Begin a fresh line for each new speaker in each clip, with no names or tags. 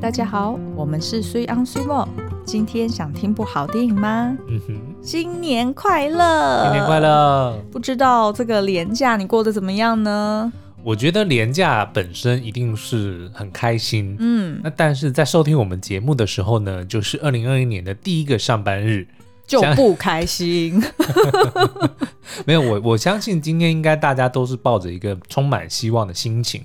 大家好，我们是 s u y on s u m 今天想听部好电影吗？
嗯哼，
新年快乐！
新年快！乐！
不知道这个年假你过得怎么样呢？
我觉得廉价本身一定是很开心，
嗯，
那但是在收听我们节目的时候呢，就是二零二一年的第一个上班日。
就不开心。
没有我，我相信今天应该大家都是抱着一个充满希望的心情，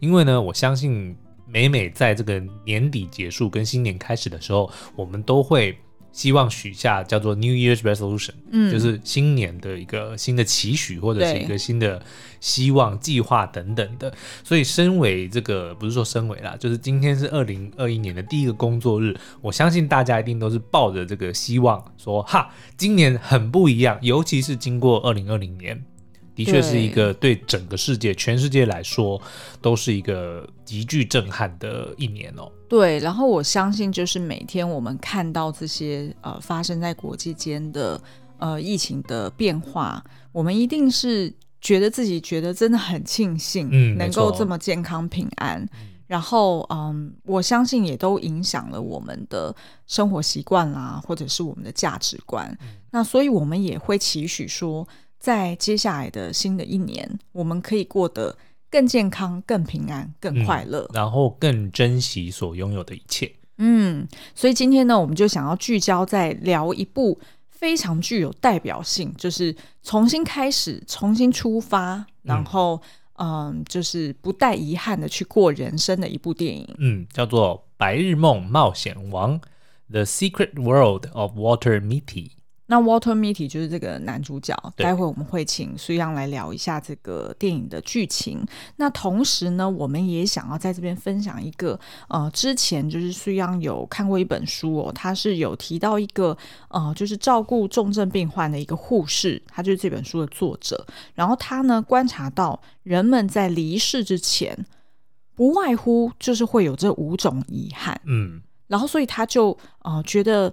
因为呢，我相信每每在这个年底结束跟新年开始的时候，我们都会希望许下叫做 New Year's Resolution，
嗯
就是新年的一个新的期许，或者是一
对
个新的希望、计划等等的。所以，身为这个不是说身为啦，就是今天是二零二一年的第一个工作日，我相信大家一定都是抱着这个希望，说哈，今年很不一样，尤其是经过二零二零年。的确是一个对整个世界、全世界来说，都是一个极具震撼的一年哦。
对，然后我相信，就是每天我们看到这些呃发生在国际间的呃疫情的变化，我们一定是觉得自己觉得真的很庆幸，
嗯没
能够
错
这么健康平安。然后，嗯，我相信也都影响了我们的生活习惯啦，或者是我们的价值观。
嗯
那所以，我们也会期许说，在接下来的新的一年，我们可以过得更健康、更平安、更
嗯
快乐。
然后更珍惜所拥有的一切。
嗯，所以今天呢，我们就想要聚焦在聊一部非常具有代表性，就是重新开始、重新出发，然后嗯就是不带遗憾的去过人生的一部电影。
嗯，叫做《白日梦冒险王》（The Secret World of Walter Mitty）。
那 Walter Mitty 就是这个男主角，
对
待会我们会请苏央来聊一下这个电影的剧情。那同时呢，我们也想要在这边分享一个，呃，之前就是苏央有看过一本书哦，他是有提到一个，呃，就是照顾重症病患的一个护士，他就是这本书的作者。然后他呢观察到人们在离世之前，不外乎就是会有这五种遗憾。
嗯，
然后所以他就呃觉得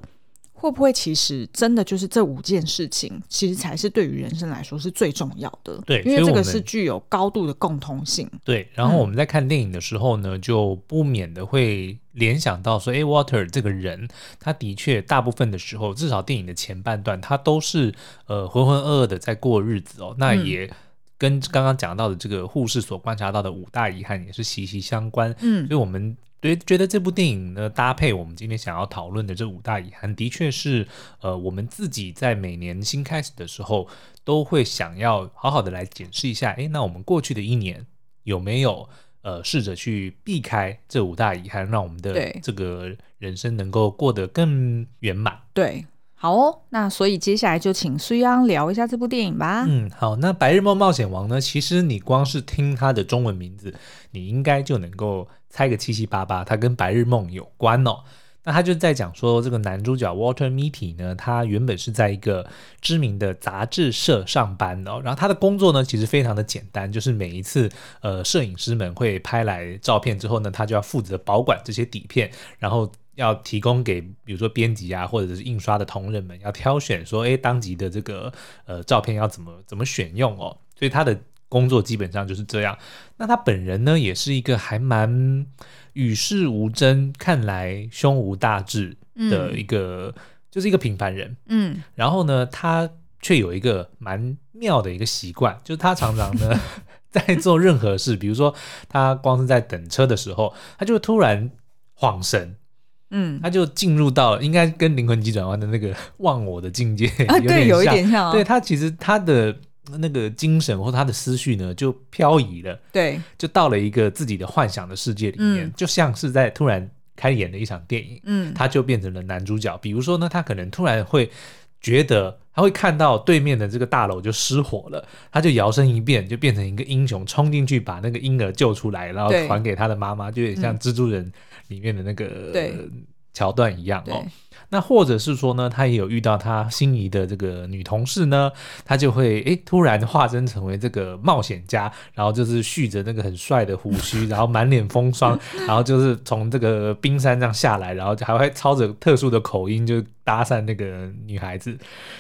会不会其实真的就是这五件事情，其实才是对于人生来说是最重要的。
对
因为
所以
这个
我们
是具有高度的共通性。
对。然后我们在看电影的时候呢，就不免的会联想到说，诶 w a l t e r 这个人，他的确大部分的时候，至少电影的前半段，他都是呃浑浑噩噩的在过日子哦。那
嗯
也。跟刚刚讲到的这个护士所观察到的五大遗憾也是息息相关，
嗯
所以我们对觉得这部电影呢，搭配我们今天想要讨论的这五大遗憾，的确是呃，我们自己在每年新开始的时候，都会想要好好的来检视一下，诶，那我们过去的一年有没有？呃，试着去避开这五大遗憾，让我们的
对
这个人生能够过得更圆满。
对，好哦。那所以接下来就请苏央聊一下这部电影吧。
嗯，好，那《白日梦冒险王》呢？其实你光是听它的中文名字，你应该就能够猜个七七八八，它跟白日梦有关哦。那他就在讲说，这个男主角 Walter Mitty 呢，他原本是在一个知名的杂志社上班的哦、然后他的工作呢，其实非常的简单，就是每一次呃摄影师们会拍来照片之后呢，他就要负责保管这些底片，然后要提供给比如说编辑啊，或者是印刷的同仁们，要挑选说，诶，当集的这个呃照片要怎么怎么选用哦。所以他的工作基本上就是这样。那他本人呢，也是一个还蛮嗯与世无争，看来胸无大志的一个，就是一个平凡人。
嗯，
然后呢，他却有一个蛮妙的一个习惯，就是他常常呢 在做任何事，比如说他光是在等车的时候，他就会突然晃神，
嗯
他就进入到了应该跟灵魂急转弯的那个忘我的境界，
啊，对，有一
哎像。
点像哦，
对他其实他的那个精神或他的思绪呢，就漂移了，
对，
就到了一个自己的幻想的世界里面，
嗯
就像是在突然开演的一场电影。
嗯，
他就变成了男主角。比如说呢，他可能突然会觉得他会看到对面的这个大楼就失火了，他就摇身一变，就变成一个英雄，冲进去把那个婴儿救出来，然后
对
还给他的妈妈，就有点像蜘蛛人里面的那个
对
桥段一样哦
对。，
那或者是说呢，他也有遇到他心仪的这个女同事呢，他就会诶突然化身成为这个冒险家，然后就是蓄着那个很帅的胡须，然后满脸风霜，然后就是从这个冰山上下来，然后还会操着特殊的口音就搭讪那个女孩子，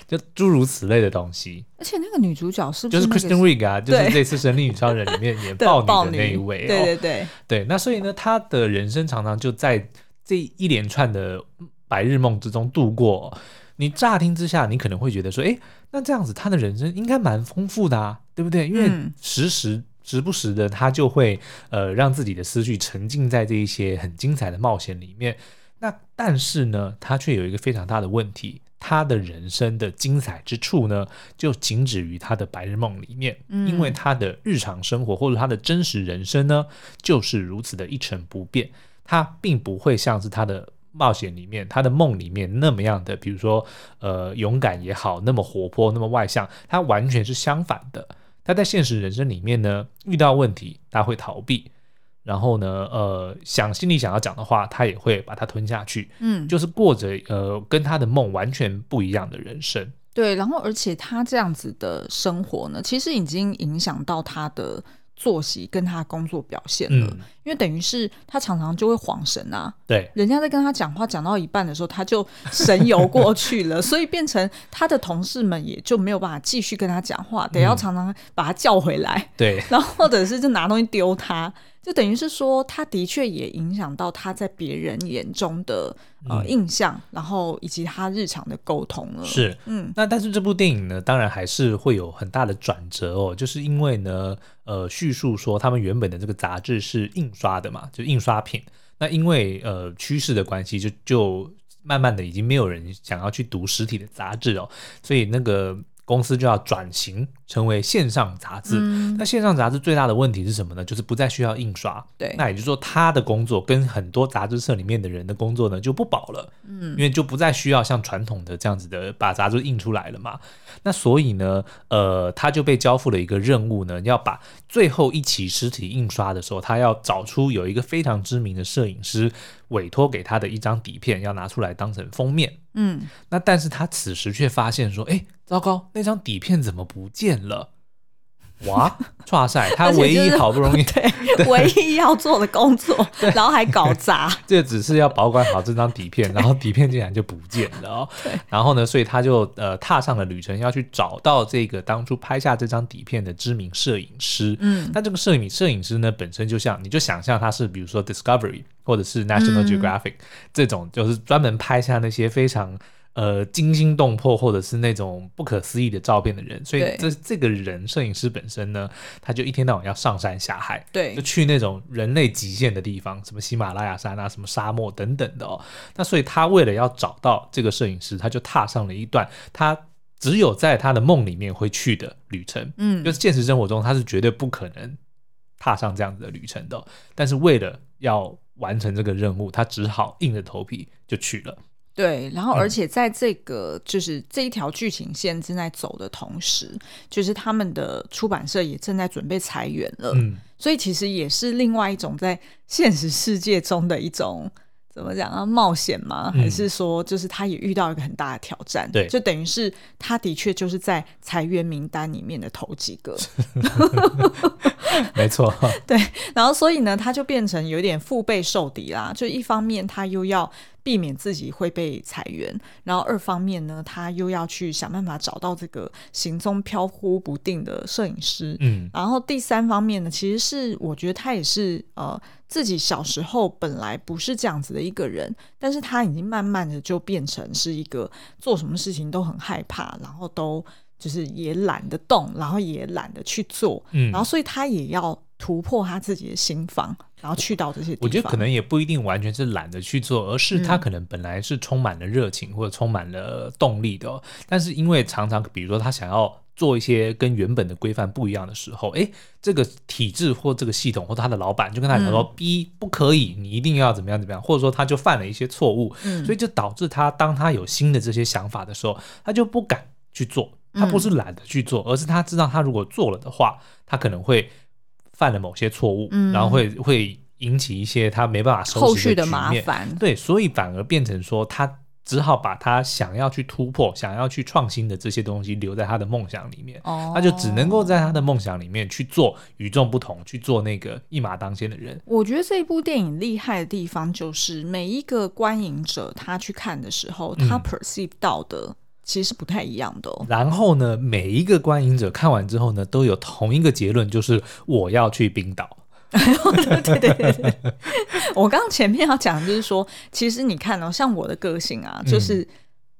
就诸如此类的东西。
而且那个女主角是不
就是是
那个
Kristen Wiig 啊，就是
对
这次《神力女超人》里面演
对
豹
豹
女的那一位、哦，
对对对，
对，那所以呢，他的人生常常就在这一连串的白日梦之中度过哦。你乍听之下，你可能会觉得说，诶，那这样子他的人生应该蛮丰富的啊，对不对？因为
嗯
时时时不时的他就会呃让自己的思绪沉浸在这一些很精彩的冒险里面。那但是呢，他却有一个非常大的问题，他的人生的精彩之处呢，就仅止于他的白日梦里面，
嗯
因为他的日常生活或者他的真实人生呢，就是如此的一成不变，他并不会像是他的。冒险里面，他的梦里面那么样的，比如说，呃，勇敢也好，那么活泼，那么外向，他完全是相反的。他在现实人生里面呢，遇到问题他会逃避，然后呢，呃，想心里想要讲的话，他也会把它吞下去，
嗯，
就是过着呃跟他的梦完全不一样的人生。
对，然后而且他这样子的生活呢，其实已经影响到他的作息跟他工作表现了，
嗯，
因为等于是他常常就会晃神啊，
对，
人家在跟他讲话讲到一半的时候，他就神游过去了， 所以变成他的同事们也就没有办法继续跟他讲话，得
嗯
要常常把他叫回来，
对，
然后或者是就拿东西丢他，就等于是说，他的确也影响到他在别人眼中的呃、
嗯
印象，然后以及他日常的沟通了。，
是。
嗯
那但是这部电影呢，当然还是会有很大的转折哦，就是因为呢，呃，叙述说他们原本的这个杂志是印刷的嘛，就印刷品。那因为呃趋势的关系，就就慢慢的已经没有人想要去读实体的杂志哦，所以那个公司就要转型成为线上杂志。
嗯
那线上杂志最大的问题是什么呢？就是不再需要印刷。
对
那也就是说，他的工作跟很多杂志社里面的人的工作呢就不保了，嗯，因为就不再需要像传统的这样子的把杂志印出来了嘛。那所以呢，呃，他就被交付了一个任务呢，要把最后一期实体印刷的时候，他要找出有一个非常知名的摄影师委托给他的一张底片，要拿出来当成封面。
嗯，
那但是他此时却发现说，哎，糟糕，那张底片怎么不见了？哇， 哇塞！他
而且
唯
就
一
是
好不 容易，
唯一要做的工作， 然后还搞砸，
这只是要保管好这张底片，然后底片竟然就不见 了、哦。然后呢，所以他就呃踏上了旅程，要去找到这个当初拍下这张底片的知名摄影师。
嗯
那这个摄影摄影师呢，本身就像你就想象他是比如说 Discovery 或者是 National
嗯
Geographic、这种，就是专门拍下那些非常。呃，惊心动魄或者是那种不可思议的照片的人，所以
对
这这个人摄影师本身呢，他就一天到晚要上山下海，就
对，
去那种人类极限的地方，什么喜马拉雅山啊，什么沙漠等等的哦。那所以他为了要找到这个摄影师，他就踏上了一段他只有在他的梦里面会去的旅程。
嗯
就是现实生活中他是绝对不可能踏上这样子的旅程的哦、但是为了要完成这个任务，他只好硬着头皮就去 了。
对，然后而且在这个、
嗯
就是这一条剧情线正在走的同时，就是他们的出版社也正在准备裁员了，
嗯，
所以其实也是另外一种在现实世界中的一种怎么讲啊冒险吗？
嗯
还是说就是他也遇到一个很大的挑战？
对
就等于是他的确就是在裁员名单里面的头几个，
没错，
然后所以呢，他就变成有点腹背受敌啦。就一方面他又要避免自己会被裁员，然后二方面呢，他又要去想办法找到这个行踪飘忽不定的摄影师，
嗯
然后第三方面呢，其实是我觉得他也是呃自己小时候本来不是这样子的一个人，但是他已经慢慢的就变成是一个做什么事情都很害怕，然后都就是也懒得动，然后也懒得去做，
嗯
然后所以他也要突破他自己的心房，然后去到这些地方。
我觉得可能也不一定完全是懒得去做，而是他可能本来是充满了热情或者充满了动力的哦、但是因为常常比如说他想要做一些跟原本的规范不一样的时候，诶，这个体制或这个系统或他的老板就跟他讲
嗯
说、b 不可以，你一定要怎么样怎么样，或者说他就犯了一些错误，
嗯
所以就导致他当他有新的这些想法的时候，他就不敢去做。
嗯
他不是懒得去做，而是他知道他如果做了的话，他可能会犯了某些错误，
嗯
然后会会引起一些他没办法收拾
后续
的
的
局
麻
面。
烦，
对，所以反而变成说他只好把他想要去突破、想要去创新的这些东西留在他的梦想里面。
哦
他就只能够在他的梦想里面去做与众不同，去做那个一马当先的人。
我觉得这一部电影厉害的地方，就是每一个观影者他去看的时候，他
嗯
perceive 到的其实是不太一样的、哦。
然后呢，每一个观影者看完之后呢，都有同一个结论，就是我要去冰岛。
对对对对，我刚刚前面要讲的就是说，其实你看哦，像我的个性啊，就是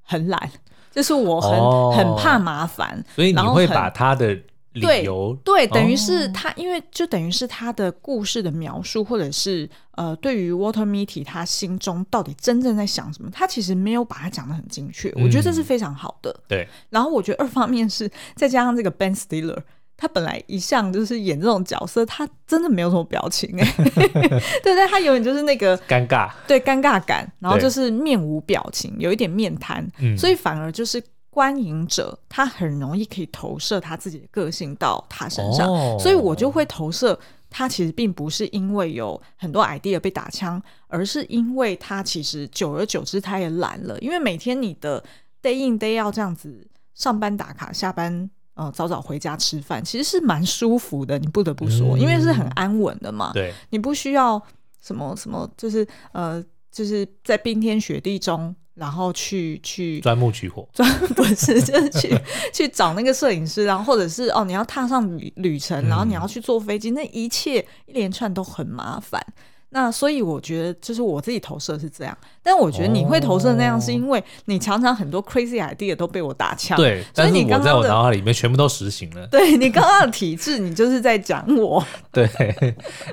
很懒，就是我很、
嗯哦
很怕麻烦，
所以你
然后
会
很
把他的理
对
由
对，等于
哦
是他，因为就等于是他的故事的描述，或者是呃，对于 Water Mitty 他心中到底真正在想什么，他其实没有把它讲得很精确，我觉得这是
嗯
非常好的。
对
然后我觉得二方面是再加上这个 Ben Stiller，他本来一向就是演这种角色，他真的没有什么表情哎、 对，但他永远就是那个
尴尬，
对尴尬感，然后
对
就是面无表情，有一点面瘫，
嗯，
所以反而就是观影者他很容易可以投射他自己的个性到他身上，
哦
所以我就会投射。他其实并不是因为有很多 idea 被打枪，而是因为他其实久而久之他也懒了，因为每天你的 day in day out 这样子上班打卡，下班呃早早回家吃饭，其实是蛮舒服的，你不得不说，
嗯
因为是很安稳的嘛。
对
你不需要什么什么，就是呃，就是在冰天雪地中，然后去去
钻木取火，
专不是就是去 去找那个摄影师，然后或者是哦，你要踏上旅旅
嗯
程，然后你要去坐飞机，那一切一连串都很麻烦。那所以我觉得，就是我自己投射是这样，但我觉得你会投射那样，是因为你常常很多 crazy idea 都被我打枪。
哦对，
啊所
但
以
是
你
我
刚
在
刚
我
的
脑海里面全部都实行了。
对你刚刚的体质，你就是在讲 我。
对，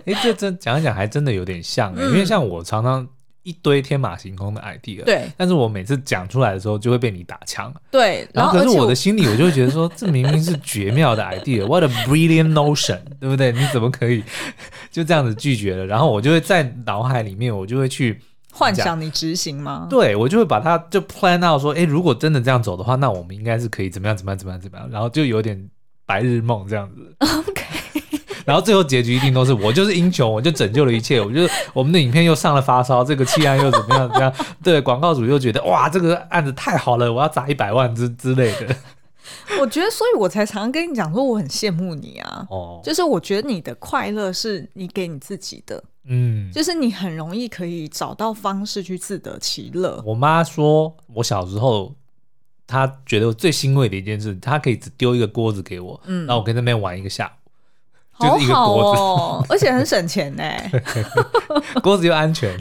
哎，这这讲一讲还真的有点像、
嗯
欸，因为像我常常一堆天马行空的 idea，，
对
但是我每次讲出来的时候就会被你打枪，
对，
然后
而
可
且
是我的心里我就会觉得说， 这明明是绝妙的 idea，what a brilliant notion，对不对？你怎么可以就这样子拒绝了？然后我就会在脑海里面，我就会去。
幻想你执行吗？
对，我就会把它就 plan out 说，哎，如果真的这样走的话，那我们应该是可以怎么样怎么样怎么样怎么样，然后就有点白日梦这样子。
OK
然后最后结局一定都是我就是英雄，我就拯救了一切。我就是我们的影片又上了发烧，这个气案又怎么样怎么样？对，广告主又觉得哇，这个案子太好了，我要砸一百万之之类的。
我觉得，所以我才常常跟你讲说，我很羡慕你啊。
哦，
就是我觉得你的快乐是你给你自己的，
嗯，
就是你很容易可以找到方式去自得其乐。
我妈说我小时候。她觉得我最欣慰的一件事，她可以只丢一个锅子给我，
嗯
然后我可以在那边玩一个下午，
好
就是一个
好
锅子
哦，而且很省钱 呢。
锅子又 安全，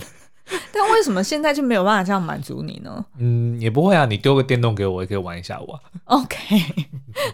但为什么现在就没有办法这样满足你呢
嗯，也不会啊，你丢个电动给我，我也可以玩一下午啊。
？OK，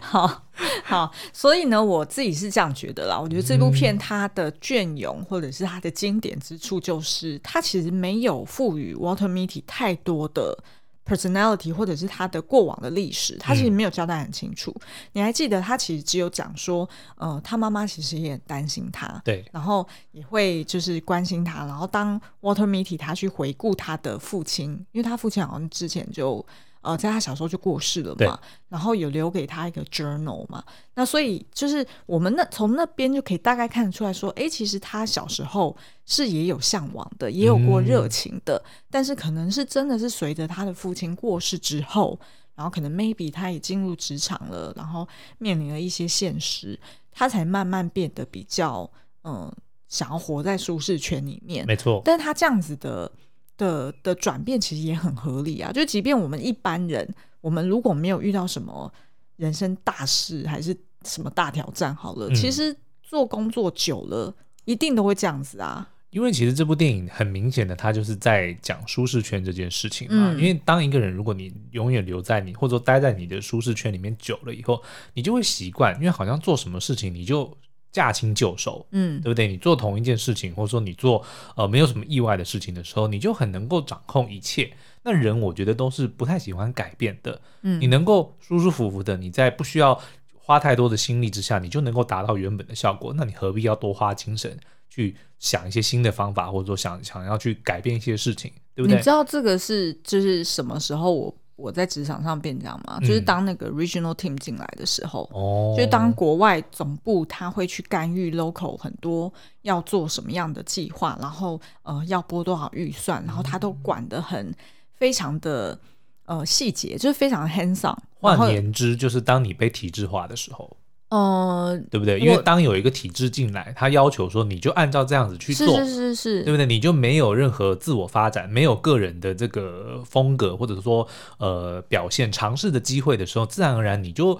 好好，所以呢，我自己是这样觉得啦。我觉得这部片它的隽永或者是它的经典之处，就是它其实没有赋予 Water Mitty 太多的 personality 或者是他的过往的历史，他其实没有交代很清楚。你还记得他其实只有讲说，呃，他妈妈其实也很担心他，
对，
然后也会就是关心他。然后当 Water Mitty 他去回顾他的父亲，因为他父亲好像之前就呃在他小时候就过世了
对
嘛，然后有留给他一个 journal 嘛。那所以就是我们那从那边就可以大概看得出来说，诶，其实他小时候是也有向往的，也有过热情的，但是可能是真的是随着他的父亲过世之后。然后可能 maybe 他也进入职场了，然后面临了一些现实，他才慢慢变得比较嗯，想要活在舒适圈里面。
没错，
但是他这样子的的的转变其实也很合理啊。就即便我们一般人，我们如果没有遇到什么人生大事还是什么大挑战，好了，
嗯
其实做工作久了，一定都会这样子啊。
因为其实这部电影很明显的，它就是在讲舒适圈这件事情嘛。
嗯
因为当一个人如果你永远留在你或者说待在你的舒适圈里面久了以后，你就会习惯，因为好像做什么事情你就驾轻就熟，
嗯
对不对？你做同一件事情，或者说你做呃没有什么意外的事情的时候，你就很能够掌控一切。那人我觉得都是不太喜欢改变的，你
嗯
能够舒舒服服的，你在不需要花太多的心力之下，你就能够达到原本的效果，那你何必要多花精神去想一些新的方法，或者说想想要去改变一些事情，对不
你
对
知？道这个是就是什么时候我我在职场上变这样吗？就是
嗯
当那个 regional team 进来的时候，
哦
就当国外总部，他会去干预 local 很多要做什么样的计划，然后呃要拨多少预算，然后他
嗯
都管得很非常的呃细节，就是非常 hands on。然后
换言之，就是当你被体制化的时候，
呃，
对不对？
我
因为当有一个体制进来，他要求说你就按照这样子去
是
做。
是是是，
对不对？你就没有任何自我发展，没有个人的这个风格，或者说呃表现尝试的机会的时候，自然而然你就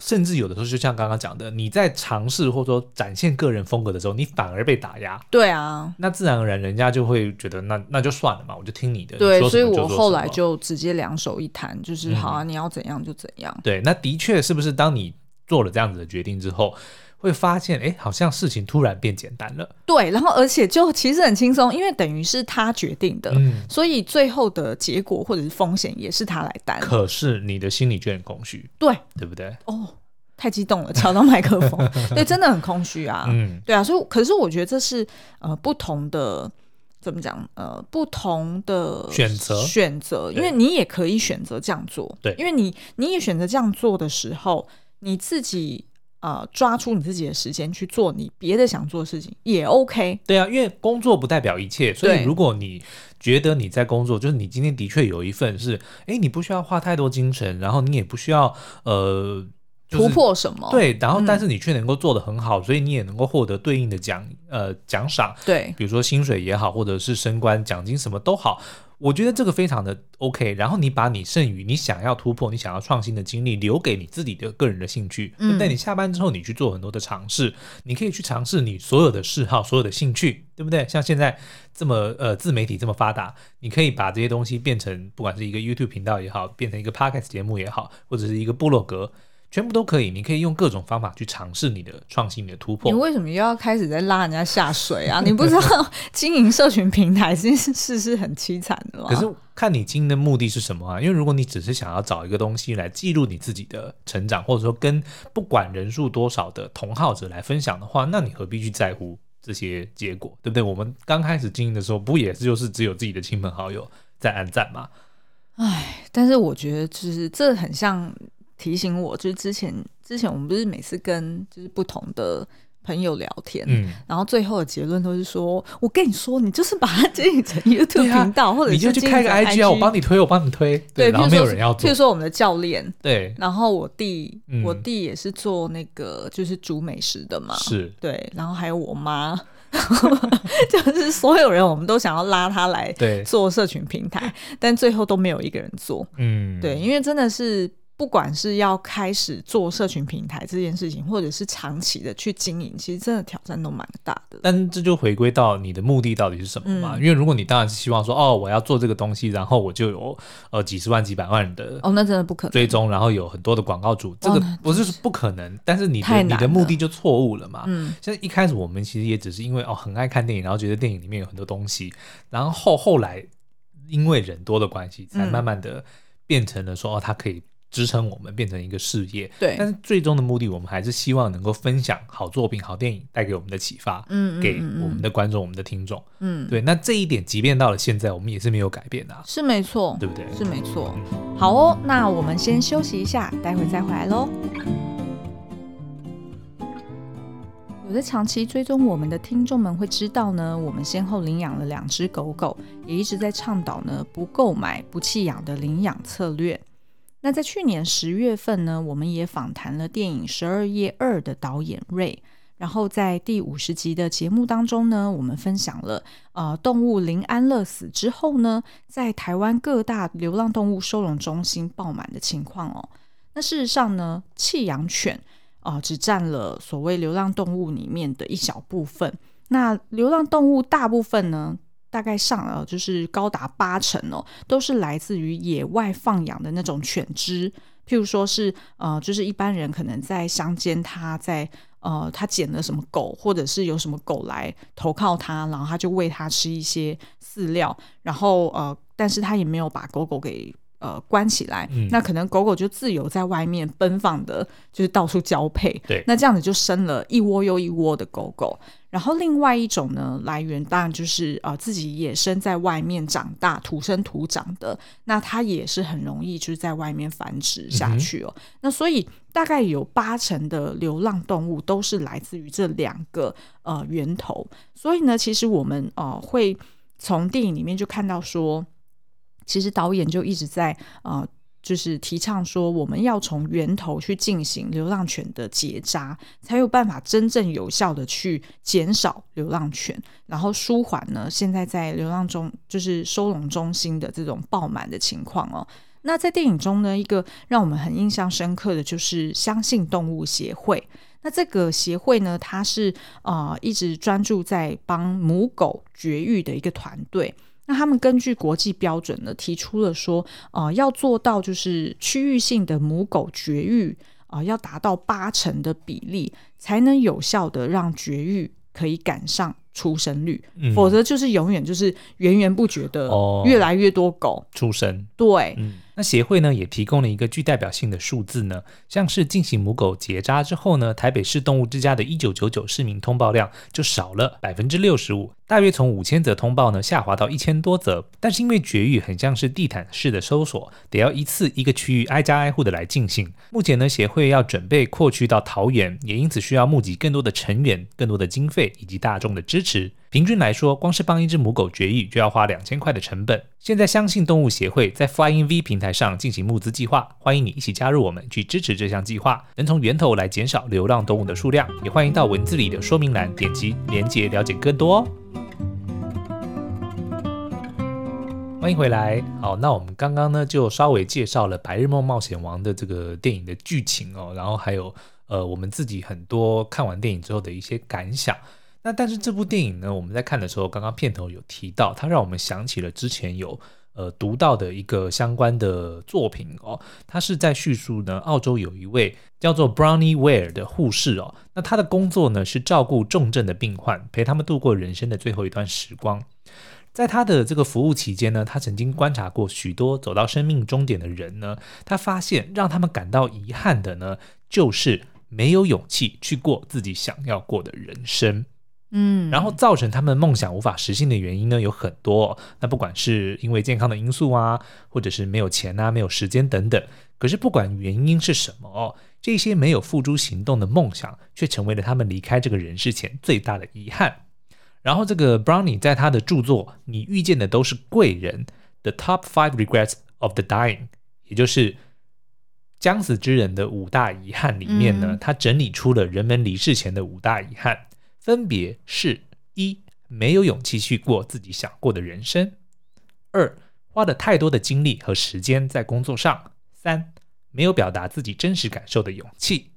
甚至有的时候，就像刚刚讲的，你在尝试或者说展现个人风格的时候，你反而被打压，
对啊，
那自然而然人家就会觉得那那就算了嘛，我就听你的。你
对，
说
所
什
以
么就
我
做
后
什
来
么嗯
就直接两手一摊，就是好啊，你要怎样就怎样。
对，那的确是不是当你做了这样子的决定之后，会发现哎，诶好像事情突然变简单了。
对，然后而且就其实很轻松，因为等于是他决定的，
嗯，
所以最后的结果或者是风险也是他来担。
可是你的心里就很空虚，
对，
对不对？
哦，太激动了，敲到麦克 风，对，真的很空虚啊。
嗯
对啊，所以可是我觉得这是呃不同的。怎么讲？呃，不同的
选择
选择，因为
对
你也可以选择这样做，
对
因为你你也选择这样做的时候，你自己呃抓出你自己的时间去做你别的想做的事情也 OK，
对啊，因为工作不代表一切，所以
对
如果你觉得你在工作，就是你今天的确有一份是，哎，你不需要花太多精神，然后你也不需要呃、就是
突破什么？
对，然后但
嗯
是你却能够做得很好，所以你也能够获得对应的奖呃奖赏，
对
比如说薪水也好，或者是升官奖金什么都好，我觉得这个非常的 OK。然后你把你剩余你想要突破、你想要创新的精力留给你自己的个人的兴趣，
嗯
对不对？你下班之后你去做很多的尝试，你可以去尝试你所有的嗜好、所有的兴趣，对不对？像现在这么呃自媒体这么发达，你可以把这些东西变成不管是一个 YouTube 频道也好，变成一个 Podcast 节目也好，或者是一个部落格。全部都可以，你可以用各种方法去尝试你的创新、你的突破。
你为什么又要开始在拉人家下水啊？你不知道 经营社群平台这件事是很凄惨的吗？
可是看你经营的目的是什么啊？因为如果你只是想要找一个东西来记录你自己的成长，或者说跟不管人数多少的同好者来分享的话，那你何必去在乎这些结果，对不对？我们刚开始经营的时候，不也是就是只有自己的亲朋好友在按赞吗？
但是我觉得就是这很像提醒我，就是之前之前我们不是每次跟就是不同的朋友聊天。
嗯，
然后最后的结论都是说，我跟你说，你就是把它经营成 YouTube
对啊
频道，或者
你就去
经营
开个
成
IG 啊，我帮你推，我帮你推，
对，
然后
譬如
没有
说
人要
譬
做
如，说我们的教练，
对，
然后我弟，
嗯
我弟也是做那个就是煮美食的嘛，
是，
对，然后还有我妈， 就是所有人，我们都想要拉他来
对，
做社群平台，但最后都没有一个人做。
嗯，
对，因为真的是不管是要开始做社群平台这件事情，或者是长期的去经营，其实真的挑战都蛮大的。
但这就回归到你的目的到底是什么嘛？
嗯
因为如果你当然是希望说，哦，我要做这个东西，然后我就有呃几十万、几百万的
哦，那真的不可能。
追踪，然后有很多的广告主，这个
那
不是说不可能，但是你的
太
你
难
的目
了
的就错误了嘛。
嗯，
像一开始我们其实也只是因为哦很爱看电影，然后觉得电影里面有很多东西，然后后来因为人多的关系，才
嗯
慢慢的变成了说、哦，它可以支撑我们变成一个事业。
对
但，是最终的目的，我们还是希望能够分享好作品、好电影带给我们的启发。
嗯，嗯
给
嗯
我们的观众、我们的听众。
嗯，
对，那这一点，即便到了现在，我们也是没有改变的、啊，
是没错，
对不对？
是没错。好哦，那我们先休息一下，待会再回来喽。有在长期追踪我们的听众们会知道呢，我们先后领养了两只狗狗，也一直在倡导呢不购买不弃养的领养策略。那在去年十月份呢，我们也访谈了电影《十二夜二》的导演瑞。然后在第五十集的节目当中呢，我们分享了呃动物林安乐死之后呢，在台湾各大流浪动物收容中心爆满的情况哦。那事实上呢，弃养犬啊、呃只占了所谓流浪动物里面的一小部分。那流浪动物大部分呢，大概上呃就是高达八成哦，都是来自于野外放养的那种犬只，譬如说是呃，就是一般人可能在乡间，他在呃他捡了什么狗，或者是有什么狗来投靠他，然后他就喂它吃一些饲料，然后呃，但是他也没有把狗狗给呃关起来，
嗯
那可能狗狗就自由在外面奔放的，就是到处交配。
对
那这样子就生了一窝又一窝的狗狗。然后另外一种呢，来源当然就是呃自己野生在外面长大、土生土长的，那它也是很容易就是在外面繁殖
嗯
下
哼
去哦。那所以大概有八成的流浪动物都是来自于这两个呃源头。所以呢，其实我们呃会从电影里面就看到说，其实导演就一直在呃。就是提倡说，我们要从源头去进行流浪犬的结扎，才有办法真正有效的去减少流浪犬，然后舒缓呢现在在流浪中就是收容中心的这种爆满的情况哦。那在电影中呢，一个让我们很印象深刻的就是相信动物协会。那这个协会呢，它是呃一直专注在帮母狗绝育的一个团队。那他们根据国际标准呢，提出了说，呃，要做到就是区域性的母狗绝育啊、呃，要达到八成的比例，才能有效的让绝育可以赶上出生率，
嗯
否则就是永远就是源源不绝的
哦
越来越多狗。
出生。
对，
嗯，那协会呢也提供了一个具代表性的数字呢，像是进行母狗结扎之后呢，台北市动物之家的1999市民通报量就少了百分之六十五，大约从五千则通报呢下滑到一千多则。但是因为绝育很像是地毯式的搜索，得要一次一个区域挨家挨户的来进行。目前呢，协会要准备扩区到桃园，也因此需要募集更多的成员、更多的经费以及大众的支持。平均来说，光是帮一只母狗绝育就要花两千块的成本。现在，相信动物协会在 Flying V 平台上进行募资计划，欢迎你一起加入我们去支持这项计划，能从源头来减少流浪动物的数量。也欢迎到文字里的说明栏点击连结了解更多哦。欢迎回来。好，那我们刚刚呢就稍微介绍了《白日梦冒险王》的这个电影的剧情哦，然后还有呃我们自己很多看完电影之后的一些感想。那但是这部电影呢，我们在看的时候，刚刚片头有提到，它让我们想起了之前有呃读到的一个相关的作品哦，它是在叙述呢，澳洲有一位叫做 Brownie Ware 的护士哦，那他的工作呢是照顾重症的病患，陪他们度过人生的最后一段时光。在他的这个服务期间呢，他曾经观察过许多走到生命终点的人呢，他发现让他们感到遗憾的呢，就是没有勇气去过自己想要过的人生。
嗯，
然后造成他们梦想无法实现的原因呢有很多哦，那不管是因为健康的因素啊，或者是没有钱啊、没有时间等等。可是不管原因是什么哦，这些没有付诸行动的梦想，却成为了他们离开这个人世前最大的遗憾。然后这个 Brownie 在他的著作《你遇见的都是贵人》The Top Five Regrets of the Dying，也就是将死之人的五大遗憾里面呢，
嗯
他整理出了人们离世前的五大遗憾，分别是：一、没有勇气去过自己想过的人生；二、花了太多的精力和时间在工作上；三、没有表达自己真实感受的勇气；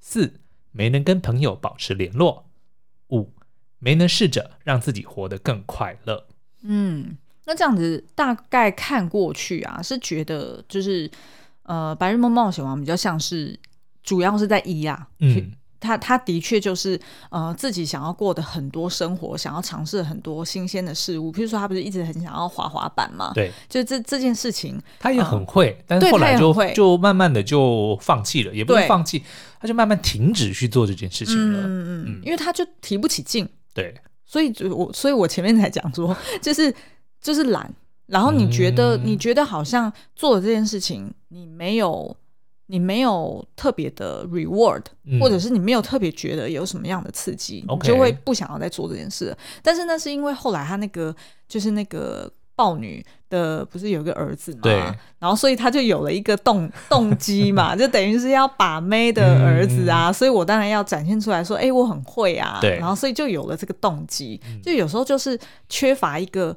四、没能跟朋友保持联络；五、没能试着让自己活得更快乐。
嗯，那这样子大概看过去啊，是觉得就是呃，《白日梦冒险王》比较像是主要是在一啊，
嗯，
他他的确就是呃自己想要过的很多生活，想要尝试很多新鲜的事物，譬如说他不是一直很想要滑滑板嘛，
对，
就这这件事情，
他也很会，但
嗯
是
对
后来
他也
就
很会
就慢慢的就放弃了，也不是
对
放弃，他就慢慢停止去做这件事情了。
嗯嗯
嗯
嗯，因为他就提不起劲，
对，
所以就我所以我前面才讲说， 就是就是懒。然后你觉得、
嗯
你觉得好像做了这件事情，你没有你没有特别的 reward，、
嗯
或者是你没有特别觉得有什么样的刺激，你
OK
就会不想要再做这件事了。但是那是因为后来他那个就是那个豹女的不是有一个儿子嘛，
对
然后所以他就有了一个动动机嘛， 就等于是要把妹的儿子啊，所以我当然要展现出来说，哎、我很会啊，
对嗯
然后所以就有了这个动机，就有时候就是缺乏一个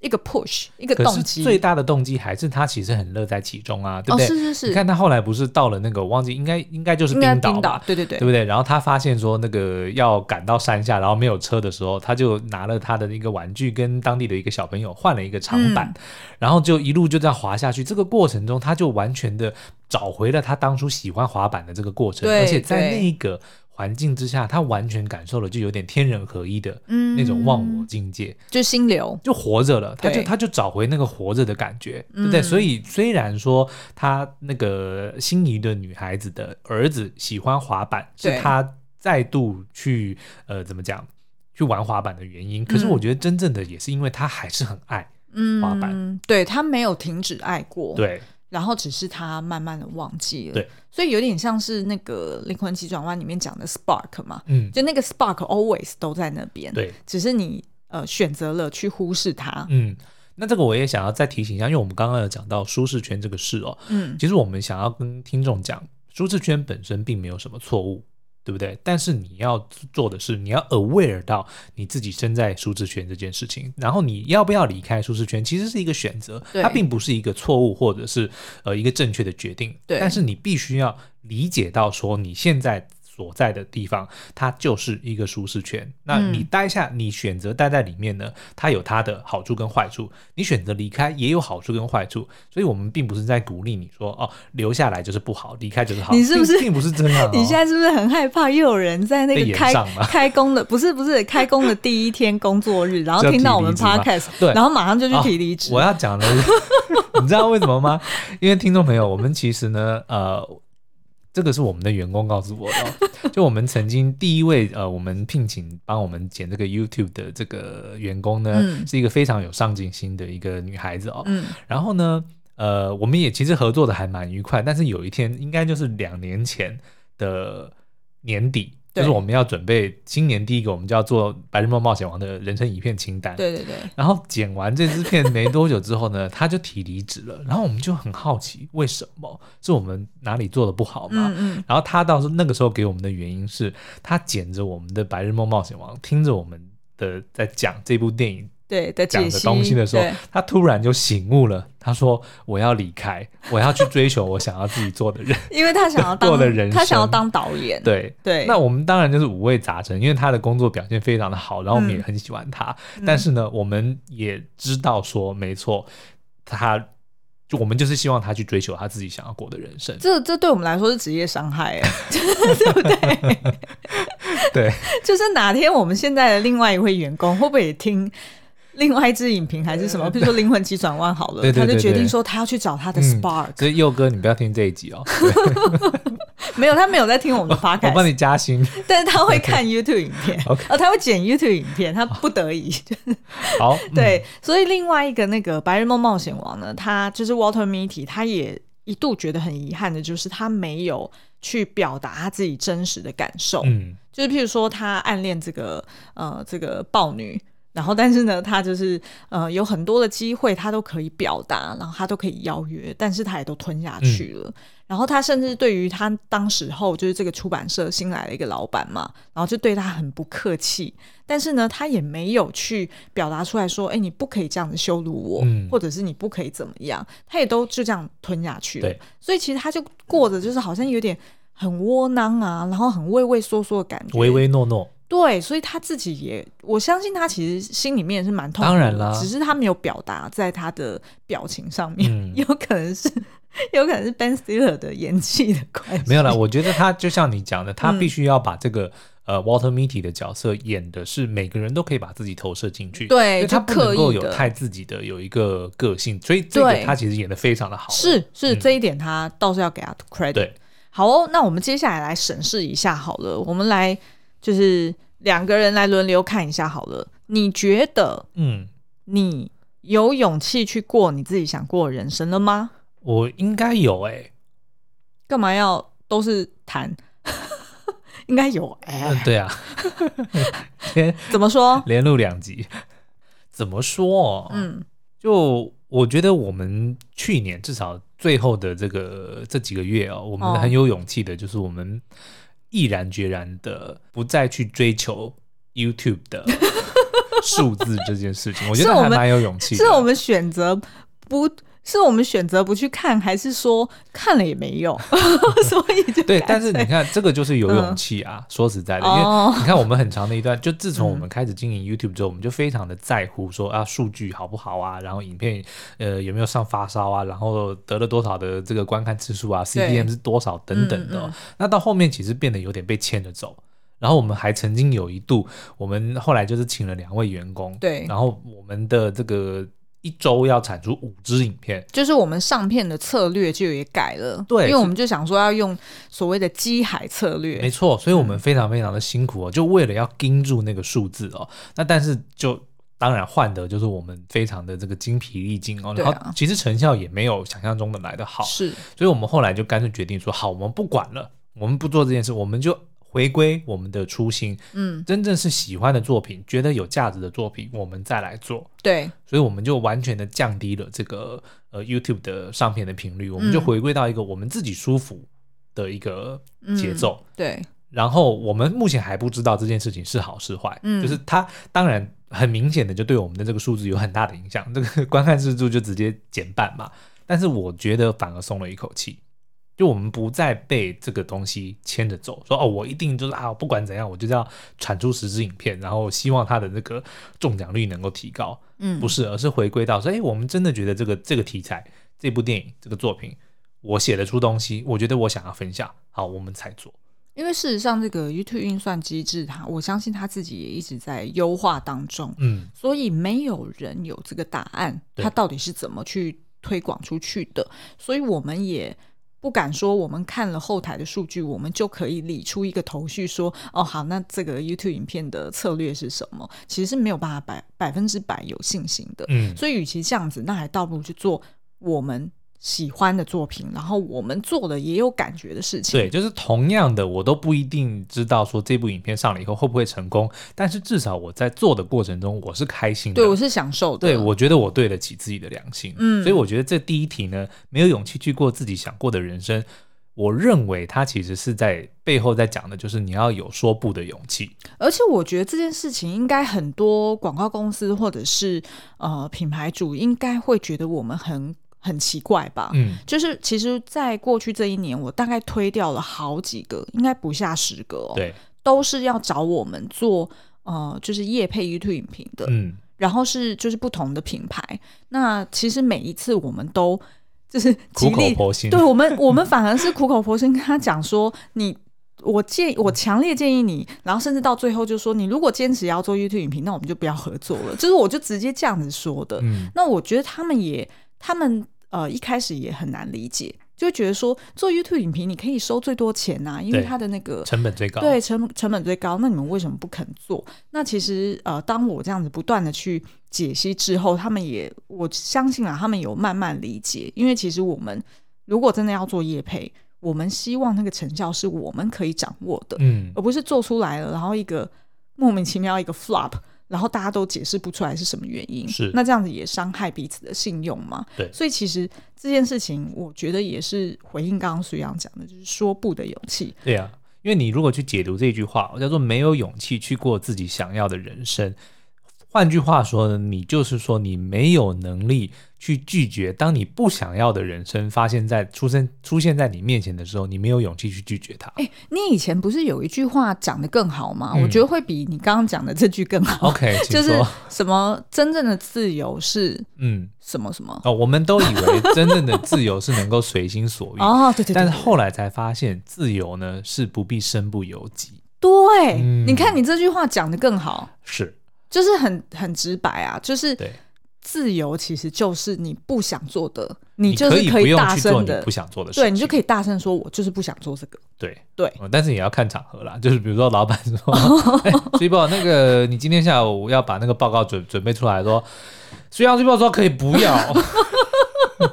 一个 push 一个
可是
动机，
最大的动机还是他其实很乐在其中啊，对
哦
不对？
是是
你
是，
看他后来不是到了那个，我忘记应该应该就是
应该
冰岛
冰岛
吧，，
对对对
对，不对？然后他发现说那个要赶到山下，然后没有车的时候，他就拿了他的一个玩具跟当地的一个小朋友换了一个长板，
嗯
然后就一路就这样滑下去。这个过程中，他就完全的找回了他当初喜欢滑板的这个过程，
对
而且在
对
那个环境之下，他完全感受了就有点天人合一的
嗯
那种忘我境界。
就心流，
就活着了，他就
对
他就找回那个活着的感觉，对不对？
嗯
所以虽然说他那个心仪的女孩子的儿子喜欢滑板，
对
是他再度去呃怎么讲去玩滑板的原因，可是我觉得真正的也是因为他还是很爱，
嗯，
滑板
对他没有停止爱过，
对
然后只是他慢慢的忘记了，
对，
所以有点像是那个《灵魂急转弯》里面讲的 spark 嘛，
嗯
就那个 spark always 都在那边，，
对
只是你呃选择了去忽视它，
嗯。那这个我也想要再提醒一下，因为我们刚刚有讲到舒适圈这个事哦，
嗯
其实我们想要跟听众讲，舒适圈本身并没有什么错误，对不对？但是你要做的是，你要 aware 到你自己身在舒适圈这件事情，然后你要不要离开舒适圈，其实是一个选择，
对
它并不是一个错误或者是呃一个正确的决定。
对
但是你必须要理解到说你现在。所在的地方，它就是一个舒适圈。那
嗯
你待下，你选择待在里面呢，它有它的好处跟坏处；你选择离开，也有好处跟坏处。所以，我们并不是在鼓励你说哦，留下来就是不好，离开就是好。
你是不是
并并不是这样、哦？
你现在是不是很害怕？又有人在那
被
个
延
开
上 吗
开工的，不是不是开工的第一天工作日， 然后
就要
听到我们
提离职吗
podcast，
对
然后马上就去提离
哦
职。
我要讲的是， 你知道为什么吗？因为听众朋友，我们其实呢，呃，这个是我们的员工告诉我的 哦、就我们曾经第一位呃，我们聘请帮我们剪这个 YouTube 的这个员工呢，
嗯
是一个非常有上进心的一个女孩子哦。
嗯，
然后呢，呃，我们也其实合作的还蛮愉快，但是有一天，应该就是两年前的年底。就
对
是我们要准备今年第一个，我们就要做《白日梦冒险王》的人生一片清单。
对对 对，
然后剪完这支片没多久之后呢， 他就提离职了。然后我们就很好奇，为什么是我们哪里做的不好吗？
嗯嗯，
然后他到时候那个时候给我们的原因是，他剪着我们的《白日梦冒险王》，听着我们的在讲这部电影
对的解
讲的
析
东西的时候
对，
他突然就醒悟了。他说：“我要离开，我要去追求我想要自己做的人。
因为他想要
过
当
的人生
他想要当导演，”
对，
对，
那我们当然就是五味杂陈，因为他的工作表现非常的好，然后我们也很喜欢他。
嗯
但是呢，我们也知道说，没错，他就我们就是希望他去追求他自己想要过的人 生。
这这对我们来说是职业伤害，哎对不对？
对，
就是哪天我们现在的另外一位员工会不会也听？另外一支影评还是 什么，比如说《灵魂急转弯》好了，
对对对
他就决
对
定说他要去找他的
嗯
spark，、
所以佑哥，你不要听这一集 哦，对
没有，他没有在听我们 的 podcast，
我帮你加薪。
但是他会看 YouTube 影片
OK
哦，他会剪 YouTube 影片，他不得已。
好，嗯
对，所以另外一个那个《白日梦冒险王》呢，他就是 Walter Mitty，他也一度觉得很遗憾的，就是他没有去表达他自己真实的感受，
嗯，
就是譬如说他暗恋这个呃这个豹女。然后，但是呢，他就是呃，有很多的机会，他都可以表达，然后他都可以邀约，但是他也都吞下去
嗯
了。然后他甚至对于他当时候就是这个出版社新来的一个老板嘛，然后就对他很不客气，但是呢，他也没有去表达出来说，哎，你不可以这样子羞辱我，
嗯
或者是你不可以怎么样，他也都就这样吞下去了
对。
所以其实他就过着就是好像有点很窝囊啊，然后很畏畏缩缩的感觉，
唯唯诺诺，
对，所以他自己也，我相信他其实心里面是蛮痛苦的，
当然啦
只是他没有表达在他的表情上面，
嗯
有可能是有可能是 Ben Stiller 的演技的关系，
没有啦。我觉得他就像你讲的，他
嗯
必须要把这个。呃，Walter Mitty 的角色演的是每个人都可以把自己投射进去，
对
因为
就
他不能
刻意
够有
的
太自己的有一个个性，所以这个
对
他其实演的非常的好。
是是、
嗯
这一点，他倒是要给他 credit。
对，
好哦，那我们接下来来审视一下好了，我们来就是两个人来轮流看一下好了，你觉得
嗯，
你有勇气去过你自己想过的人生了吗？
我应该有哎、
干嘛要都是谈？ 应该有哎、
嗯，对啊，连
怎么说？
连录两集， 怎么说、哦？，
嗯
就我觉得我们去年至少最后的这个这几个月哦，我们
哦
很有勇气的，就是我们毅然决然的不再去追求 YouTube 的数字这件事情，我觉
是
得
我
还
们
蛮有勇，气的。
是我们选择不，是我们选择不去看，还是说看了也没用？ 所以就
对，
干
但是
脆
你看，这个就是有勇
嗯
气啊！说实在的，因
哦嗯
为你看我们很长的一段，就自从我们开始经营 YouTube 之后，我们就非常的在乎说啊，数据好不好啊，然后影片呃有没有上发烧啊，然后得了多少的这个观看次数啊
对
，CPM 是多少等等的哦、
嗯嗯
那到后面其实变得有点被牵着走。然后我们还曾经有一度，我们后来就是请了两位员工，
对
然后我们的这个一周要产出五支影片，
就是我们上片的策略就也改了，
对
因为我们就想说要用所谓的机海策略，
没错，所以我
嗯
们非常非常的辛苦哦，就为了要盯住那个数字哦。那但是就当然换得就是我们非常的这个精疲力尽哦，
对
然
啊
后其实成效也没有想象中的来得好，
是
所以我们后来就干脆决定说，好，我们不管了，我们不做这件事，我们就。回归我们的初心，
嗯，
真正是喜欢的作品，觉得有价值的作品，我们再来做。
对，
所以我们就完全的降低了这个呃 YouTube 的上片的频率，我们就
嗯
回归到一个我们自己舒服的一个
嗯
节奏。
对，
然后我们目前还不知道这件事情是好是坏，
嗯
就是它当然很明显的就对我们的这个数字有很大的影响，这个观看次数就直接减半嘛。但是我觉得反而松了一口气，就我们不再被这个东西牵着走，说哦，我一定就是啊，不管怎样，我就是要产出实质影片，然后希望它的那个中奖率能够提高。
嗯，
不是，而是回归到说，哎、我们真的觉得这个这个题材、这部电影、这个作品，我写得出东西，我觉得我想要分享，好，我们才做。
因为事实上，这个 YouTube 运算机制它，我相信它自己也一直在优化当中，
嗯，
所以没有人有这个答案，
对
它到底是怎么去推广出去的，所以我们也。不敢说，我们看了后台的数据，我们就可以理出一个头绪说，哦，好，那这个 YouTube 影片的策略是什么？其实是没有办法百百分之百有信心的。
嗯，
所以，与其这样子，那还倒不如去做我们喜欢的作品，然后我们做的也有感觉的事情。
对，就是同样的，我都不一定知道说这部影片上了以后会不会成功，但是至少我在做的过程中，我是开心的。
对，我是享受的。
对我觉得我对得起自己的良心。
嗯
所以我觉得这第一题呢，没有勇气去过自己想过的人生，我认为它其实是在背后在讲的，就是你要有说不的勇气。
而且我觉得这件事情应该很多广告公司或者是呃品牌主应该会觉得我们很很奇怪吧。
嗯，
就是其实，在过去这一年，我大概推掉了好几个，应该不下十个哦，
对，
都是要找我们做呃，就是业配 YouTube 影评的，
嗯，
然后是就是不同的品牌。那其实每一次我们都就是极
苦口
力
婆心。
对我们，我们反而是苦口婆心跟他讲说，你我建我强烈建议你，然后甚至到最后就说，你如果坚持要做 YouTube 影评，那我们就不要合作了。就是我就直接这样子说的。
嗯，
那我觉得他们也，他们呃一开始也很难理解，就觉得说做 YouTube 影评你可以收最多钱呐、因为
对
他的那个
成本最高。
对，成成本最高，那你们为什么不肯做？那其实呃，当我这样子不断的去解析之后，他们也我相信啊，他们有慢慢理解，因为其实我们如果真的要做业配，我们希望那个成效是我们可以掌握的，
嗯，
而不是做出来了，然后一个莫名其妙一个 flop。然后大家都解释不出来是什么原因，
是
那这样子也伤害彼此的信用嘛？
对
所以其实这件事情，我觉得也是回应刚刚苏阳讲的，就是说不的勇气。
对啊，因为你如果去解读这句话，叫做没有勇气去过自己想要的人生。换句话说呢，你就是说你没有能力去拒绝，当你不想要的人生发现在出生出现在你面前的时候，你没有勇气去拒绝 它。
哎、你以前不是有一句话讲得更好吗？
嗯
我觉得会比你刚刚讲的这句更好，
OK，请
就是
说。
什么真正的自由是
嗯，
什么什么？
哦，我们都以为真正的自由是能够随心所欲，
哦，对对对
但是后来才发现，自由呢是不必身不由己。
对，
嗯
你看你这句话讲得更好，
是
就是很很直白啊，就是
对，
自由其实就是你不想做的，
你
你就
可
是
以不用
大
去做
声
你
的
不，想做的事情，
对你就可以大声说，我就是不想做这个。
对
对
呃但是也要看场合啦。 就是比如说，老板 说：“哎，崔豹，那个你今天下午要把那个报告准准备出来。”说，虽然崔豹说可以不要，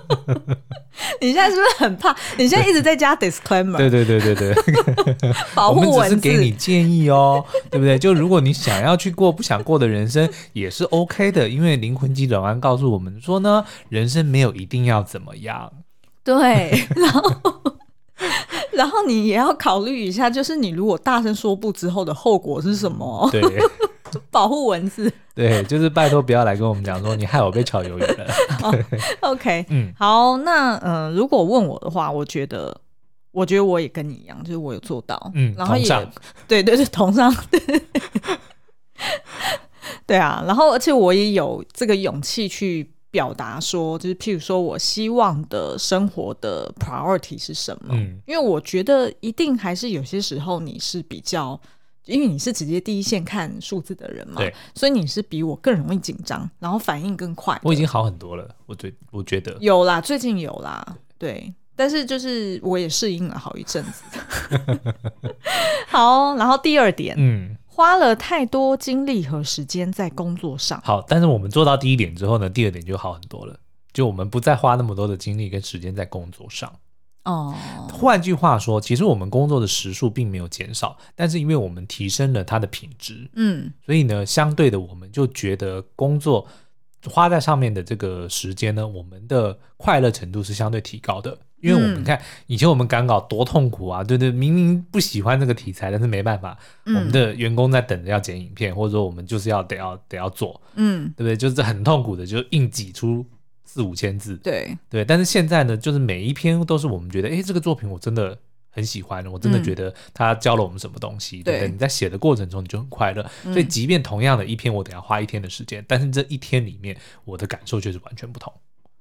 你现在是不是很怕？你现在一直在加 disclaimer
对对对 对对，
保
我
护
们只是
文
给你
字，
建议哦， 对不对？就如果你想要去过不想过的人生，也是 OK 的，因为灵魂急转弯告诉我们说呢，人生没有一定要怎么样。
对，然后然后你也要考虑一下，就是你如果大声说不之后的后果是什么？
对
保护文字。
对，就是拜托不要来跟我们讲说你害我被炒鱿鱼了。
OK，
嗯，
好，那呃，如果问我的话，我觉得。我觉得我也跟你一样，就是我有做到，
嗯
然后
同上
也哦对对对，同上， 对对啊，然后而且我也有这个勇气去表达说，就是譬如说我希望的生活的 priority 是什么，
嗯
因为我觉得一定还是有些时候你是比较，因为你是直接第一线看数字的人嘛
对，
所以你是比我更容易紧张，然后反应更快的。
我已经好很多了，我觉我觉得。
有啦，最近有啦，对，但是就是我也适应了好一阵子。 好，然后第二点，
嗯，
花了太多精力和时间在工作上。
好，但是我们做到第一点之后呢，第二点就好很多了。就我们不再花那么多的精力跟时间在工作上。
哦，
换句话说，其实我们工作的时数并没有减少，但是因为我们提升了它的品质，
嗯，
所以呢，相对的我们就觉得工作花在上面的这个时间呢，我们的快乐程度是相对提高的。因为我们看、以前我们赶稿多痛苦啊，对对，明明不喜欢这个题材，但是没办法，我们的员工在等着要剪影片，或者说我们就是要得要得要做，
嗯，
对不对？就是很痛苦的，就硬挤出四五千字，
对，
对，但是现在呢，就是每一篇都是我们觉得，诶，这个作品我真的很喜欢，我真的
嗯
觉得它教了我们什么东西，对不对？
对嗯
你在写的过程中你就很快乐，所以即便同样的一篇，我得要花一天的时间，但是这一天里面我的感受却是完全不同，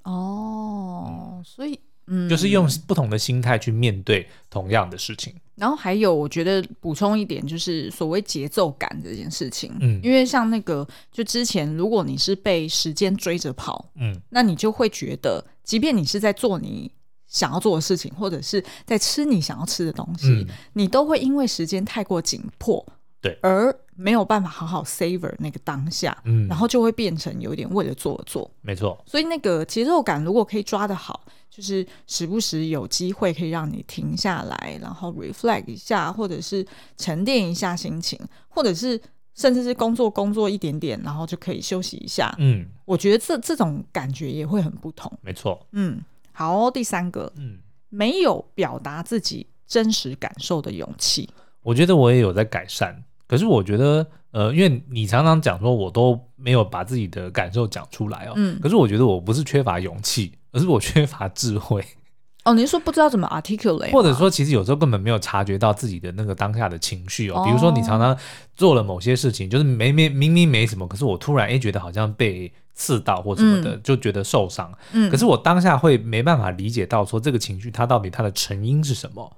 哦，所以嗯，
就是用不同的心态去面对同样的事情。
然后还有，我觉得补充一点，就是所谓节奏感这件事情。
嗯
因为像那个，就之前如果你是被时间追着跑，
嗯，
那你就会觉得，即便你是在做你想要做的事情，或者是在吃你想要吃的东西，
嗯
你都会因为时间太过紧迫，
对
而没有办法好好 savor 那个当下，
嗯
然后就会变成有点为了做而做。
没错，
所以那个节奏感如果可以抓得好，就是时不时有机会可以让你停下来，然后 reflect 一下，或者是沉淀一下心情，或者是甚至是工作工作一点点，然后就可以休息一下。
嗯，
我觉得这这种感觉也会很不同。
没错，
嗯，好哦、第三个，
嗯。
没有表达自己真实感受的勇气。
我觉得我也有在改善，可是我觉得，呃，因为你常常讲说我都没有把自己的感受讲出来哦，
嗯
可是我觉得我不是缺乏勇气，而是我缺乏智 慧，
哦，你是说不知道怎么 articulate，吗啊
或者说其实有时候根本没有察觉到自己的那个当下的情绪哦，
哦
比如说你常常做了某些事情，就是没没明明没什么，可是我突然诶觉得好像被刺到或什么的，就觉得受伤，
嗯
可是我当下会没办法理解到说这个情绪它到底它的成因是什么。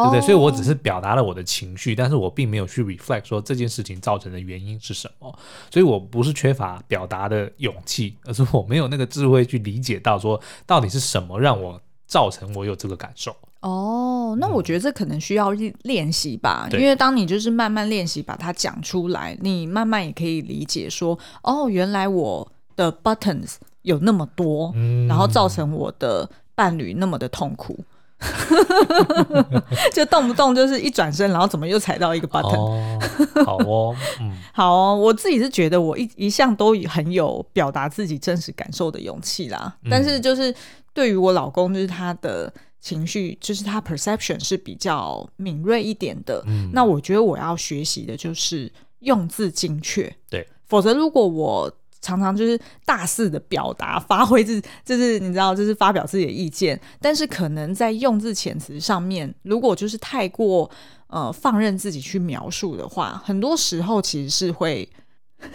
对不对？所以我只
哦
是表达了我的情绪，但是我并没有去 reflect 说这件事情造成的原因是什么。所以我不是缺乏表达的勇气，而是我没有那个智慧去理解到说到底是什么让我造成我有这个感受。
哦，那我觉得这可能需要练练习吧，因
嗯对
为当你就是慢慢练习把它讲出来，你慢慢也可以理解说，哦，原来我的 buttons 有那么多，
嗯
然后造成我的伴侣那么的痛苦。 就动不动就是一转身，然后怎么又踩到一个 button？、
哦，好哦，嗯，
好、哦，我自己是觉得我一一向都很有表达自己真实感受的勇气啦。
嗯
但是就是对于我老公，就是他的情绪，就是他 perception 是比较敏锐一点的。
嗯
那我觉得我要学习的就是用字精确。
对，
否则如果我常常就是大肆的表达、发挥自，就是你知道，就是发表自己的意见，但是可能在用字遣词上面，如果就是太过呃放任自己去描述的话，很多时候其实是会。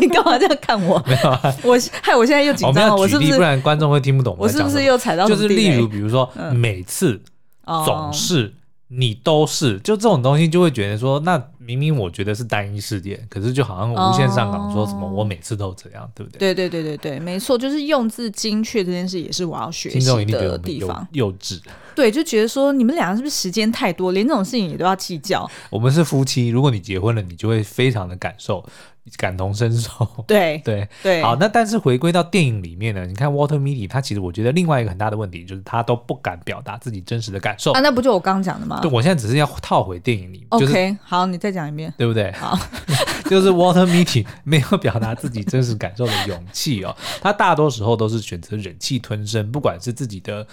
你干嘛这样看我？
啊
我害我现在又 紧
我们
张了，啊
要
我
哦举
是不
例，
是
不然观众会听不懂
我
在
是
讲
不
什
是
么
又踩到什
就
么
是
地
例
雷
如，比如说、
嗯
每次
哦
总是你都是，就这种东西就会觉得说，那明明我觉得是单一事件，可是就好像无限上纲说什么、
哦
我每次都这样，对不对？
对对对对对，没错，就是用字精确这件事也是我要学
听众一
习
定觉得
的
我们
地
幼
方。
幼稚，
对，就觉得说你们两个是不是时间太多，连这种事情也都要计较？
我们是夫妻，如果你结婚了，你就会非常的感受感同身受。
对
对，
对，
好，那但是回归到电影里面呢，你看 Walter Mitty，他其实我觉得另外一个很大的问题就是他都不敢表达自己真实的感受。
啊，那不就我刚刚讲的吗
对，我现在只是要套回电影里，就是
OK，好，你再讲一遍。
对不对？
好，
就是 Water Meeting 没有表达自己真实感受的勇气哦，他大多时候都是选择忍气吞声，不管是自己的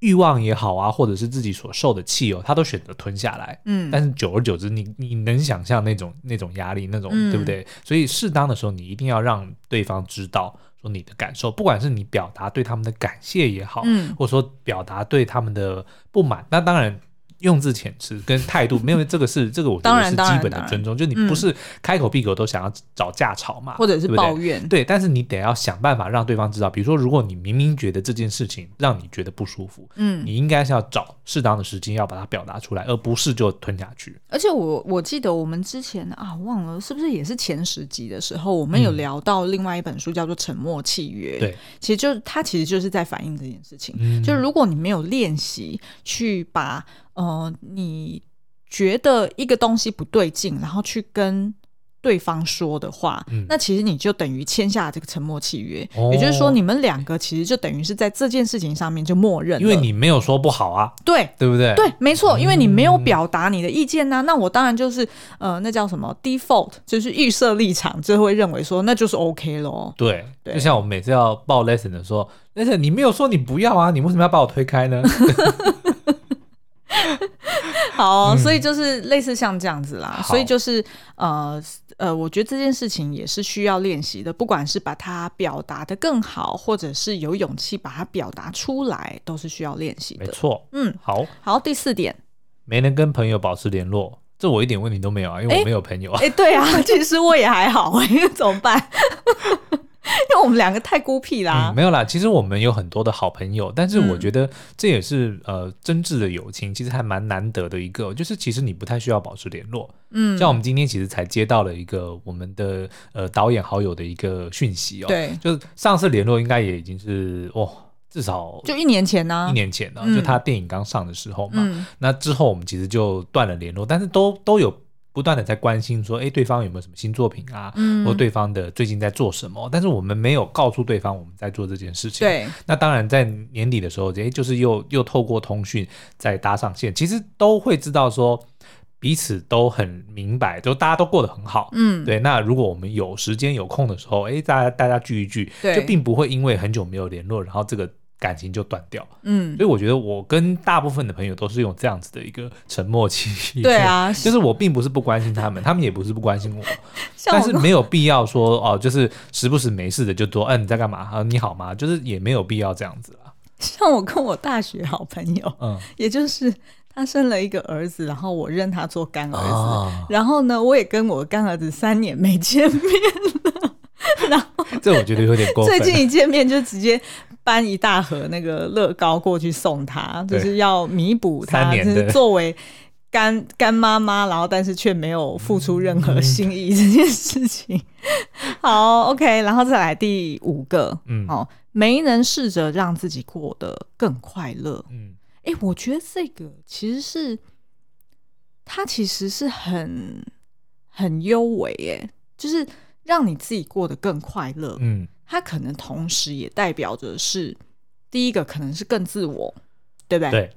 欲望也好啊，或者是自己所受的气哦，他都选择吞下来。
嗯
但是久而久之，你你能想象那种那种压力，那种、
嗯
对不对？所以适当的时候，你一定要让对方知道说你的感受，不管是你表达对他们的感谢也好，
嗯
或者说表达对他们的不满，那当然。用字遣词跟态度，没有这个是这个，我觉
当
得
然
是
当然
基本的
当然嗯
尊重。就你不是开口闭口都想要找架吵嘛，
或者是
对不对
抱怨，
对，但是你得要想办法让对方知道，比如说，如果你明明觉得这件事情让你觉得不舒服，
嗯，
你应该是要找适当的时间要把它表达出来，而不是就吞下去。
而且我我记得我们之前啊，忘了是不是也是前十集的时候，我们有
嗯
聊到另外一本书叫做《沉默契约》，
对，
其实就是它其实就是在反映这件事情，
嗯
就是如果你没有练习去把呃你觉得一个东西不对劲，然后去跟对方说的话，
嗯
那其实你就等于签下这个沉默契约，
哦
也就是说你们两个其实就等于是在这件事情上面就默认了，
因为你没有说不好啊，
对
对不对？嗯
对，没错，因为你没有表达你的意见呐、那我当然就是呃，那叫什么 default，就是预设立场，就会认为说那就是 OK 咯。
对，
对
就像我们每次要报 lesson 的时候，lesson 你没有说你不要啊，你为什么要把我推 开呢？
好，所以就是类似像这样子啦，
嗯好
所以就是呃呃，我觉得这件事情也是需要练习的，不管是把它表达的更好，或者是有勇气把它表达出来，都是需要练习
没
的。
错，
嗯，
好，
好，第四 点，
没能跟朋友保持联络，这我一点问题都没有啊，因为我没有朋友啊。
哎、对啊，其实我也还好、哎， 怎么办？因为我们两个太孤僻啦。
嗯，没有啦。其实我们有很多的好朋友，但是
嗯
我觉得这也是、呃真挚的友情，其实还蛮难得的一个。就是其实你不太需要保持联络，
嗯
像我们今天其实才接到了一个我们的呃导演好友的一个讯息哦，，
对，
就是上次联络应该也已经是哦至少
就一年前呢、
一年前了，
嗯
就他电影刚上的时候嘛。
嗯
那之后我们其实就断了联络，但是都都有不断的在关心说，哎，对方有没有什么新作品啊，
嗯，
或对方的最近在做什么，但是我们没有告诉对方我们在做这件事情。，
对，
那当然在年底的时候，诶，就是又又透过通讯再搭上线，其实都会知道说彼此都很明白，就大家都过得很好。
嗯，
对，那如果我们有时间有空的时候，诶，大家大家聚一聚，
对
就并不会因为很久没有联络，然后这个感情就断掉。
嗯，
所以我觉得我跟大部分的朋友都是用这样子的一个沉默期。
对，啊，
就是我并不是不关心他们，他们也不是不关心我，
像
但
我
是
跟
没有必要说哦，就是时不时没事的就说，嗯、你在干嘛？啊，你好吗？就是也没有必要这样子啦。
像我跟我大学好朋友，
嗯，
也就是他生了一个儿子，然后我认他做干儿子，，
哦
然后呢，我也跟我干儿子三年没见面，
这我觉得有点过分。
最近一见面就直接。搬一大盒那个乐高过去送他，就
对
是要弥补
三
他，就
年的
是作为干干妈妈，然后但是却没有付出任
嗯
何心意这件事情。好，OK，然后再来第五个，
嗯
哦，没能试着让自己过得更快乐。
嗯，
诶，我觉得这个其实是，它其实是很很优美，耶，就是让你自己过得更快乐。
嗯，
它可能同时也代表着是第一个可能是更自我，对不对？
对，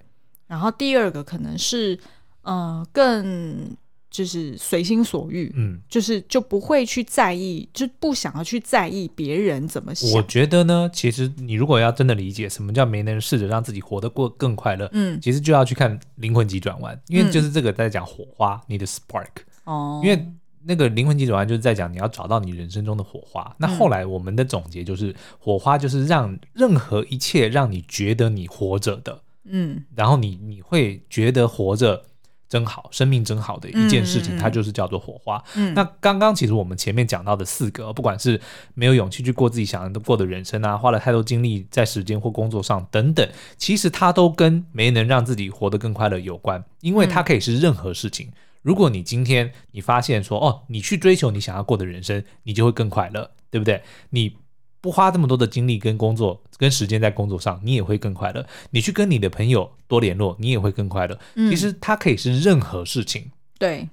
然后第二个可能是，呃，更就是随心所欲。
嗯，
就是就不会去在意，就不想要去在意别人怎么
我
想。
觉得呢，其实你如果要真的理解什么叫没能试着让自己活得过更快乐，
嗯，
其实就要去看《灵魂急转弯》，因为
嗯
就是这个在讲火花，你的 spark。
哦，
因为那个灵魂急转弯就是在讲你要找到你人生中的火花。那
嗯
后来我们的总结就是，火花就是让任何一切让你觉得你活着的，
嗯
然后你你会觉得活着真好，生命真好的一件事情，
嗯嗯嗯
它就是叫做火花。
嗯，
那刚刚其实我们前面讲到的四个，不管是没有勇气去过自己想要过的人生啊，花了太多精力在时间或工作上等等，其实它都跟没能让自己活得更快乐有关，因为
嗯
它可以是任何事情。如果你今天你发现说哦，你去追求你想要过的人生，你就会更快乐，对不对？你不花这么多的精力跟工作跟时间在工作上，你也会更快乐。你去跟你的朋友多联络，你也会更快乐。
嗯
其实它可以是任何事情，
对，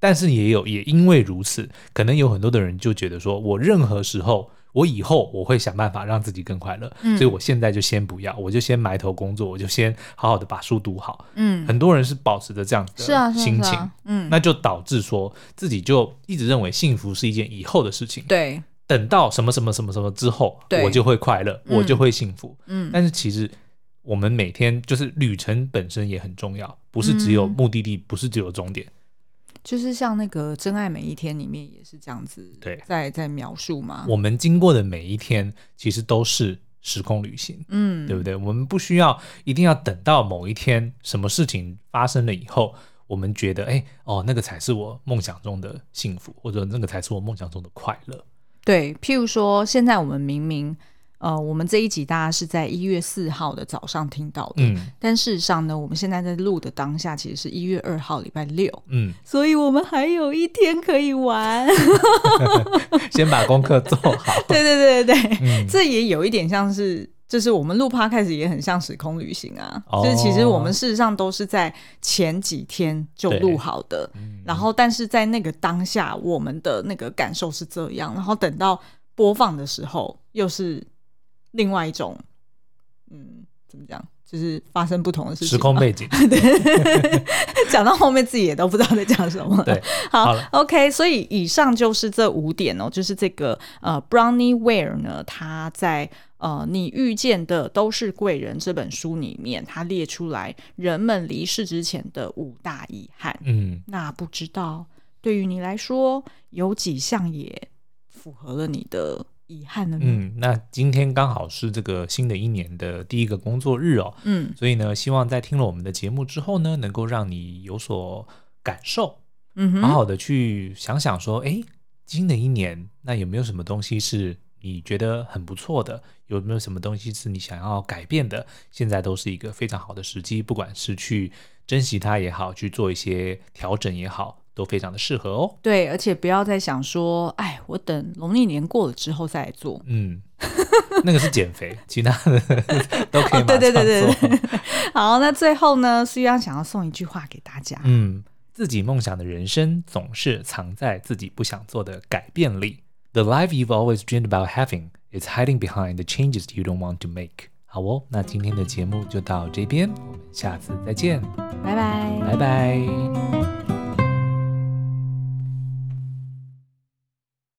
但是也有也因为如此，可能有很多的人就觉得说，我任何时候，我以后我会想办法让自己更快乐，
嗯
所以我现在就先不要，我就先埋头工作，我就先好好的把书读好。
嗯，
很多人是保持着这样子
是啊，
的
是啊
心
是
情，
啊嗯，
那就导致说自己就一直认为幸福是一件以后的事情，
对，
等到什么什么什么什么之后，
对
我就会快乐，
嗯
我就会幸福。
嗯，
但是其实我们每天就是旅程本身也很重要，不是只有
嗯
目的地，不是只有终点。
就是像那个《真爱每一天》里面也是这样子，
对
在在描述嘛，
我们经过的每一天，其实都是时空旅行，
嗯，
对不对？我们不需要一定要等到某一天什么事情发生了以后，我们觉得，哎，哦，那个才是我梦想中的幸福，或者那个才是我梦想中的快乐。
对，譬如说，现在我们明明，呃，我们这一集大家是在一月四号的早上听到的，
嗯
但事实上呢，我们现在在录的当下其实是一月二号礼拜六，
嗯，
所以我们还有一天可以 玩。
先把功课做好。
对对对对对，
嗯
这也有一点像是就是我们录趴开始也很像时空旅行啊，
哦
就是其实我们事实上都是在前几天就录好的，
嗯
然后但是在那个当下，我们的那个感受是这样，然后等到播放的时候又是另外一种，嗯，怎么讲？就是发生不同的事情吧，
时空背景，
讲到后面自己也都不知道在讲什么。
对，
好
好了
o k 所以以上就是这五点哦，就是这个呃，Brownie Ware 呢，他在呃《你遇见的都是贵人》这本书里面，他列出来人们离世之前的五大遗憾。
嗯，
那不知道对于你来说，有几项也符合了你的遗憾了呢？
嗯，那今天刚好是这个新的一年的第一个工作日哦，
嗯
所以呢，希望在听了我们的节目之后呢，能够让你有所感受，
嗯哼，
好好的去想想说，诶，新的一年，那有没有什么东西是你觉得很不错的？有没有什么东西是你想要改变的？现在都是一个非常好的时机，不管是去珍惜它也好，去做一些调整也好，都非常的适合哦。
对，而且不要再想说，哎，我等农历年过了之后再来做。
嗯，那个是减肥，其他 的都可以
哦
马
对
上
对
做。
对对 好，那最后呢，苏央想要送一句话给大家。
嗯，自己梦想的人生总是藏在自己不想做的改变里。The life you've always dreamed about having is hiding behind the changes you don't want to make。好哦，那今天的节目就到这边，我们下次再见，
拜拜，
拜拜。